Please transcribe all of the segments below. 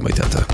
M80.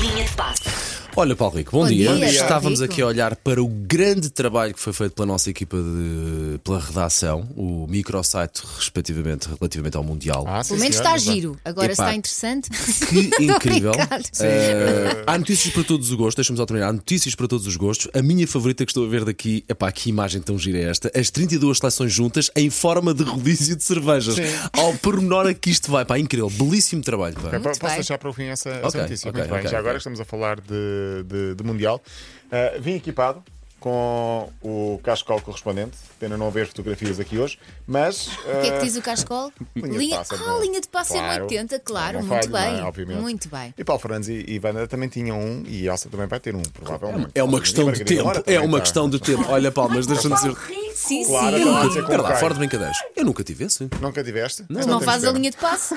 Linha de passe. Olha, Paulo Rico, bom, Bom dia. dia, Paulo Estávamos Rico. aqui a olhar para o grande trabalho que foi feito pela nossa equipa de pela redação, o microsite respectivamente relativamente ao mundial. Ah, sim, Pelo menos está senhora, exato. giro. Agora Epá, está interessante. Que incrível! Obrigada. Eh, há notícias para todos os gostos, deixa-me só terminar. Há notícias para todos os gostos. A minha favorita que estou a ver daqui, epá, que imagem tão gira é esta? As 32 seleções juntas em forma de rodízio de cervejas. Ao pormenor a que isto vai, pá, incrível. Belíssimo trabalho, pá. Eu po- Muito posso bem. deixar para o fim essa, essa Ok, notícia? ok, Muito bem, ok, já agora ok. estamos a falar de, de- de Mundial. Uh, vim equipado com o cascal correspondente, pena não haver fotografias aqui hoje, mas. ah, O que é que diz o Cascol? Linha de passe, ah, não. linha de passe Claro. é 80, claro, Não muito falho, não é? bem. Obviamente. muito bem. E Paulo Fernandes e, e Wanda também tinham um, e Elsa também vai ter um, provavelmente. É uma E questão de Margarida tempo. Moura É também uma tá. questão de tempo. Olha, Paulo, mas deixa-me dizer. Sim, Claro, sim. acabou de ser com Espera o lá, Caio. fora de brincadeiras. Eu nunca tive esse. Nunca tiveste? Então Mas não fazes a linha de passe?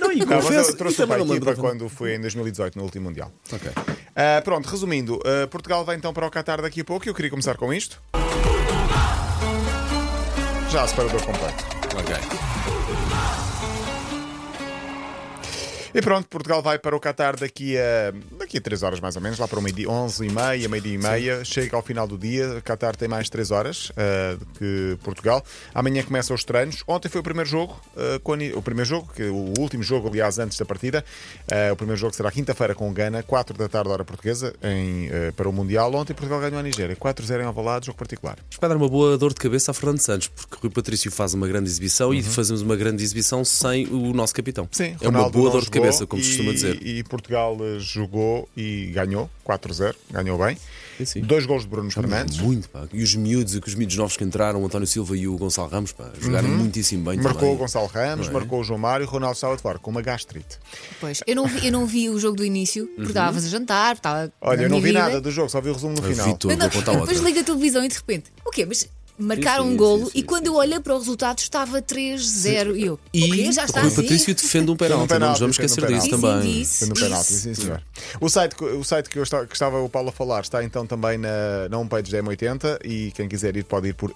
Não, e Não, Tá, mas confesso, eu trouxe e para também a não equipa lembro. quando foi em 2018, no último Mundial. Ok. Ah, pronto, resumindo, ah, Portugal vai então para o Qatar daqui a pouco e eu queria começar com isto. Já separador completo. Ok. E pronto, Portugal vai para o Qatar daqui a, daqui a 3 horas mais ou menos, lá para o meio-dia, 11 e meia, meio-dia e meia. Chega ao final do dia, o Qatar tem mais 3 horas ah, do que Portugal. Amanhã começam os treinos. Ontem foi o primeiro jogo, ah, com a Ni- o primeiro jogo, que, o último jogo, aliás, antes da partida. Ah, o primeiro jogo será quinta-feira com o Gana, 4 da tarde, hora portuguesa, em, ah, para o Mundial. Ontem Portugal ganhou a Nigéria, 4-0 em Alvalade, jogo particular. Isto vai dar uma boa dor de cabeça a Fernando Santos, porque o Rui Patrício faz uma grande exibição e fazemos uma grande exibição sem o nosso capitão. Uhum. Sim, é uma Ronaldo boa não dor de jogou cabeça, como e, se costuma dizer. E Portugal eh, jogou e ganhou 4-0, ganhou bem. Sim, sim. É Dois gols de Bruno Fernandes. Muito, pá. E os miúdos, e que os miúdos novos que entraram, o António Silva e o Gonçalo Ramos, pá, jogaram muitíssimo bem. Uhum. Marcou também. o Gonçalo Ramos, é? marcou o João Mário, Ronaldo estava de fora com uma gastrite. Pois, eu não, vi, eu não vi o jogo do início, porque estava a fazer jantar, estava. Uhum. Olha, na eu não minha vi vida. nada do jogo, só vi o resumo no Eu final. vi tudo, Eu não- vou contar outra. depois liga a televisão e de repente, o quê? Mas marcaram Sim, sim, um golo sim, sim, e quando eu olhei para o resultado estava 3-0 e eu, o E quê? Já está o Rui assim? Patrício defende um penalti, penalti, não nos vamos defende um esquecer penalti. disso Sim, sim, também. disse. Foi No Isso. penalti, sim, senhor. O site, que- o site que, eu estava, que estava o Paulo a falar está então também na, na homepage da M80 e quem quiser ir pode ir por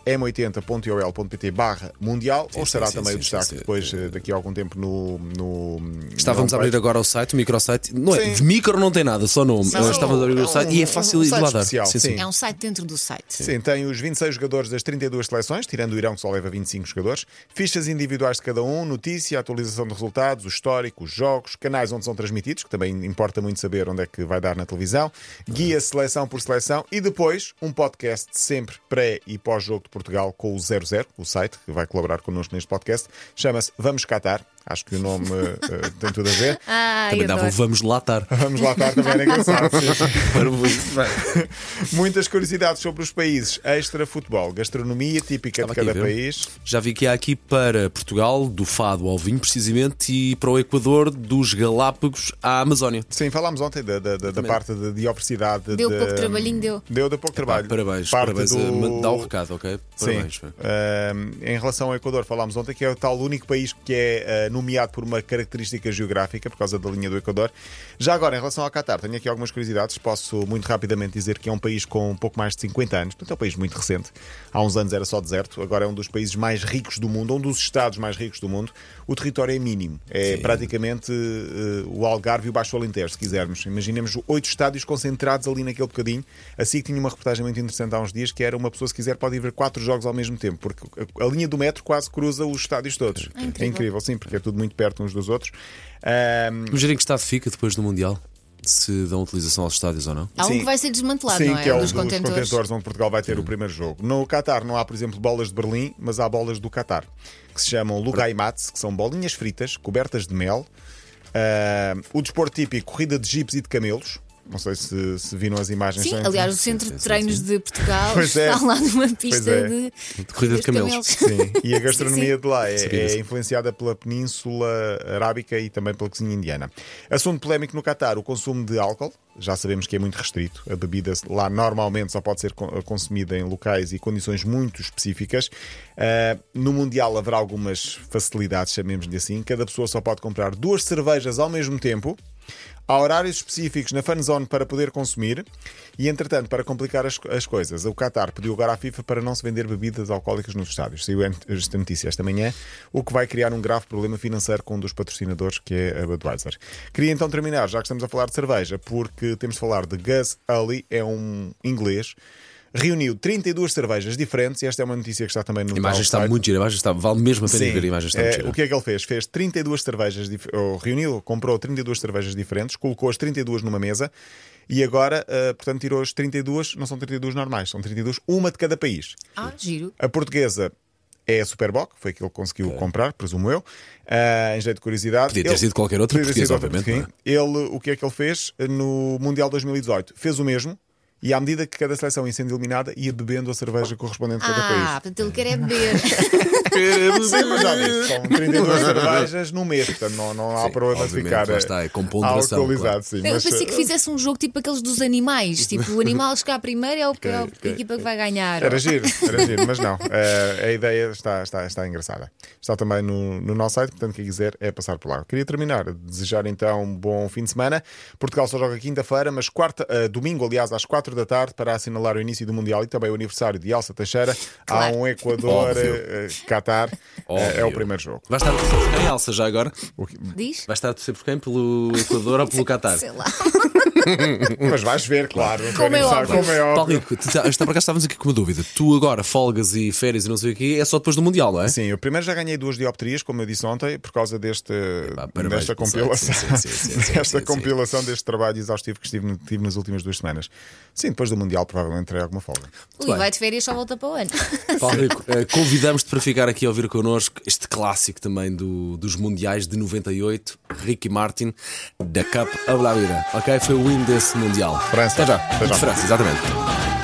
m80.ol.pt barra mundial ou sim, será sim, também sim, o sim, destaque sim. depois eh, daqui a algum tempo no. no Estávamos a na abrir homepage. agora o site, o microsite. Não é, Sim. de micro não tem nada, só nome. Não, Estávamos a abrir é o um- site e é fácil um de site guardar. especial, sim. É um site dentro do site. Sim, tem os 26 jogadores das 32 seleções, tirando o Irão, que só leva 25 jogadores, fichas individuais de cada um, notícia, atualização de resultados, o histórico, os jogos, canais onde são transmitidos, que também importa muito saber onde é que vai dar na televisão, guia seleção por seleção e depois um podcast sempre pré e pós-jogo de Portugal com o 00, o site que vai colaborar connosco neste podcast, chama-se Vamos Catar, acho que o nome eh, tem tudo a ver. Ai, Também dava adoro. um vamos latar. Vamos lá estar também, era engraçado. Para o- Muitas curiosidades sobre os países. Extra futebol, gastronomia típica Estava de aqui a cada ver. país. Já vi que há aqui para Portugal, do Fado ao Vinho, precisamente, e para o Equador, dos Galápagos à Amazónia. Sim, falámos ontem da, da, da- da parte de, de obesidade. Deu de- pouco trabalhinho, deu. Deu, deu pouco trabalho. Ah, parabéns, Parte parabéns. do- eh, Dá o recado, ok? Parabéns. Sim. pá. Ahm, em relação ao Equador, falámos ontem que é o tal único país que é ah, nomeado por uma característica geográfica, por causa da linha do Equador. Já agora, em relação ao Qatar, tenho aqui algumas curiosidades. Posso muito rapidamente dizer que é um país com um pouco mais de 50 anos, portanto é um país muito recente. Há uns anos era só deserto, agora é um dos países mais ricos do mundo, um dos estados mais ricos do mundo. O território é mínimo, é praticamente eh, o Algarve e o Baixo Alentejo, se quisermos. Imaginemos oito estádios concentrados ali naquele bocadinho. Assim que tinha uma reportagem muito interessante há uns dias que era uma pessoa, se quiser, pode ir ver quatro jogos ao mesmo tempo, porque a a linha do metro quase cruza os estádios todos. É incrível, sim, porque é tudo muito perto uns dos outros. Ahm, Vamos ver em que estado fica depois do Mundial. Se dão utilização aos estádios ou não. Há um Sim. que vai ser desmantelado, Sim, não é? que é o dos contentores. onde Portugal vai ter o primeiro jogo. No Qatar não há, por exemplo, bolas de Berlim, mas há bolas do Qatar, que se chamam Lugaimats, que são bolinhas fritas, cobertas de mel. Ah, o desporto típico, corrida de jipes e de camelos. Não sei se, se viram as imagens. Sim, São- aliás, o Centro sim, de sim, Treinos de Portugal Pois é. está lá numa Pois pista é. de, corrida de dos camelos. Sim, e a gastronomia de lá é, Sabia é disso. influenciada pela Península Arábica e também pela cozinha indiana. Assunto polémico no Catar: o consumo de álcool. Já sabemos que é muito restrito. A bebida lá normalmente só pode ser con- consumida em locais e condições muito específicas. Ah, no Mundial haverá algumas facilidades, chamemos-lhe assim. Cada pessoa só pode comprar duas cervejas ao mesmo tempo. Há horários específicos na fanzone para poder consumir e, entretanto, para complicar as, as coisas, o Qatar pediu agora à FIFA para não se vender bebidas alcoólicas nos estádios. Saiu esta notícia esta manhã, o que vai criar um grave problema financeiro com um dos patrocinadores, que é a Budweiser. Queria então terminar, já que estamos a falar de cerveja, porque temos de falar de Gus Ali, é um inglês reuniu 32 cervejas diferentes. E esta é uma notícia que está também no. A imagem está muito gira, a imagem está, vale mesmo a pena Sim. ver. A imagem está muito Eh, gira. o que é que ele fez? Fez 32 cervejas, dif- ou reuniu, comprou 32 cervejas diferentes, colocou as 32 numa mesa e agora, eh, portanto, tirou as 32, não são 32 normais, são 32, uma de cada país. Ah, giro. A portuguesa é a Superboc, foi aquilo que conseguiu comprar, presumo eu. Ah, em jeito de curiosidade. Podia ter sido qualquer outra podia ter sido portuguesa, outra obviamente, portuguesa. Ele, o que é que ele fez no Mundial 2018? Fez o mesmo. E à medida que cada seleção ia sendo eliminada, ia bebendo a cerveja correspondente a cada país. Ah, portanto ele quer é beber. Sim, mas já vi, são 32 cervejas no mês, portanto não, não há Sim, problema de obviamente, ficar lá está, é com ponderação, alcoolizado, claro. sim, Eu mas, eh, pensei que fizesse um jogo tipo aqueles dos animais. Tipo, o animal chegar primeiro é o é a equipa que vai ganhar. Era giro, era giro, mas não. Eh, a ideia está, está, está engraçada. Está também no, no nosso site, portanto, quem quiser é passar por lá. Queria terminar, desejar então um bom fim de semana. Portugal só joga quinta-feira, mas quarta, eh, domingo, aliás, às quatro da tarde, para assinalar o início do Mundial e também o aniversário de Elsa Teixeira. Claro. Há um Equador, Óbvio. eh, Qatar. Eh, é o Óbvio. primeiro jogo. Vai estar a torcer por quem, Elsa, já agora? O que- Diz? Vai estar a torcer por quem? Pelo Equador ou pelo Qatar? Sei lá. Mas vais ver, claro. Como é óbvio. Como é óbvio. Paulo Rico, tu tá- está para cá estávamos aqui com uma dúvida. Tu agora, folgas e férias e não sei o quê, é só depois do Mundial, não é? Sim, assim, eu primeiro já ganhei duas dioptrias, como eu disse ontem, por causa deste, Epá, parabéns desta pelo compilação, site. Sim, sim, sim, sim, desta sim, sim. compilação deste trabalho exaustivo que estive, tive nas últimas duas semanas. Sim, depois do Mundial provavelmente terei alguma folga. Ui, bem. vai de férias, só volta para o ano. Paulo Rico, eh, convidamos-te para ficar aqui a ouvir connosco este clássico também do- dos Mundiais de 98, Ricky Martin, da Cup of la Vida. Ok? Foi o win desse Mundial. França. Até já. Até já. De França, exatamente.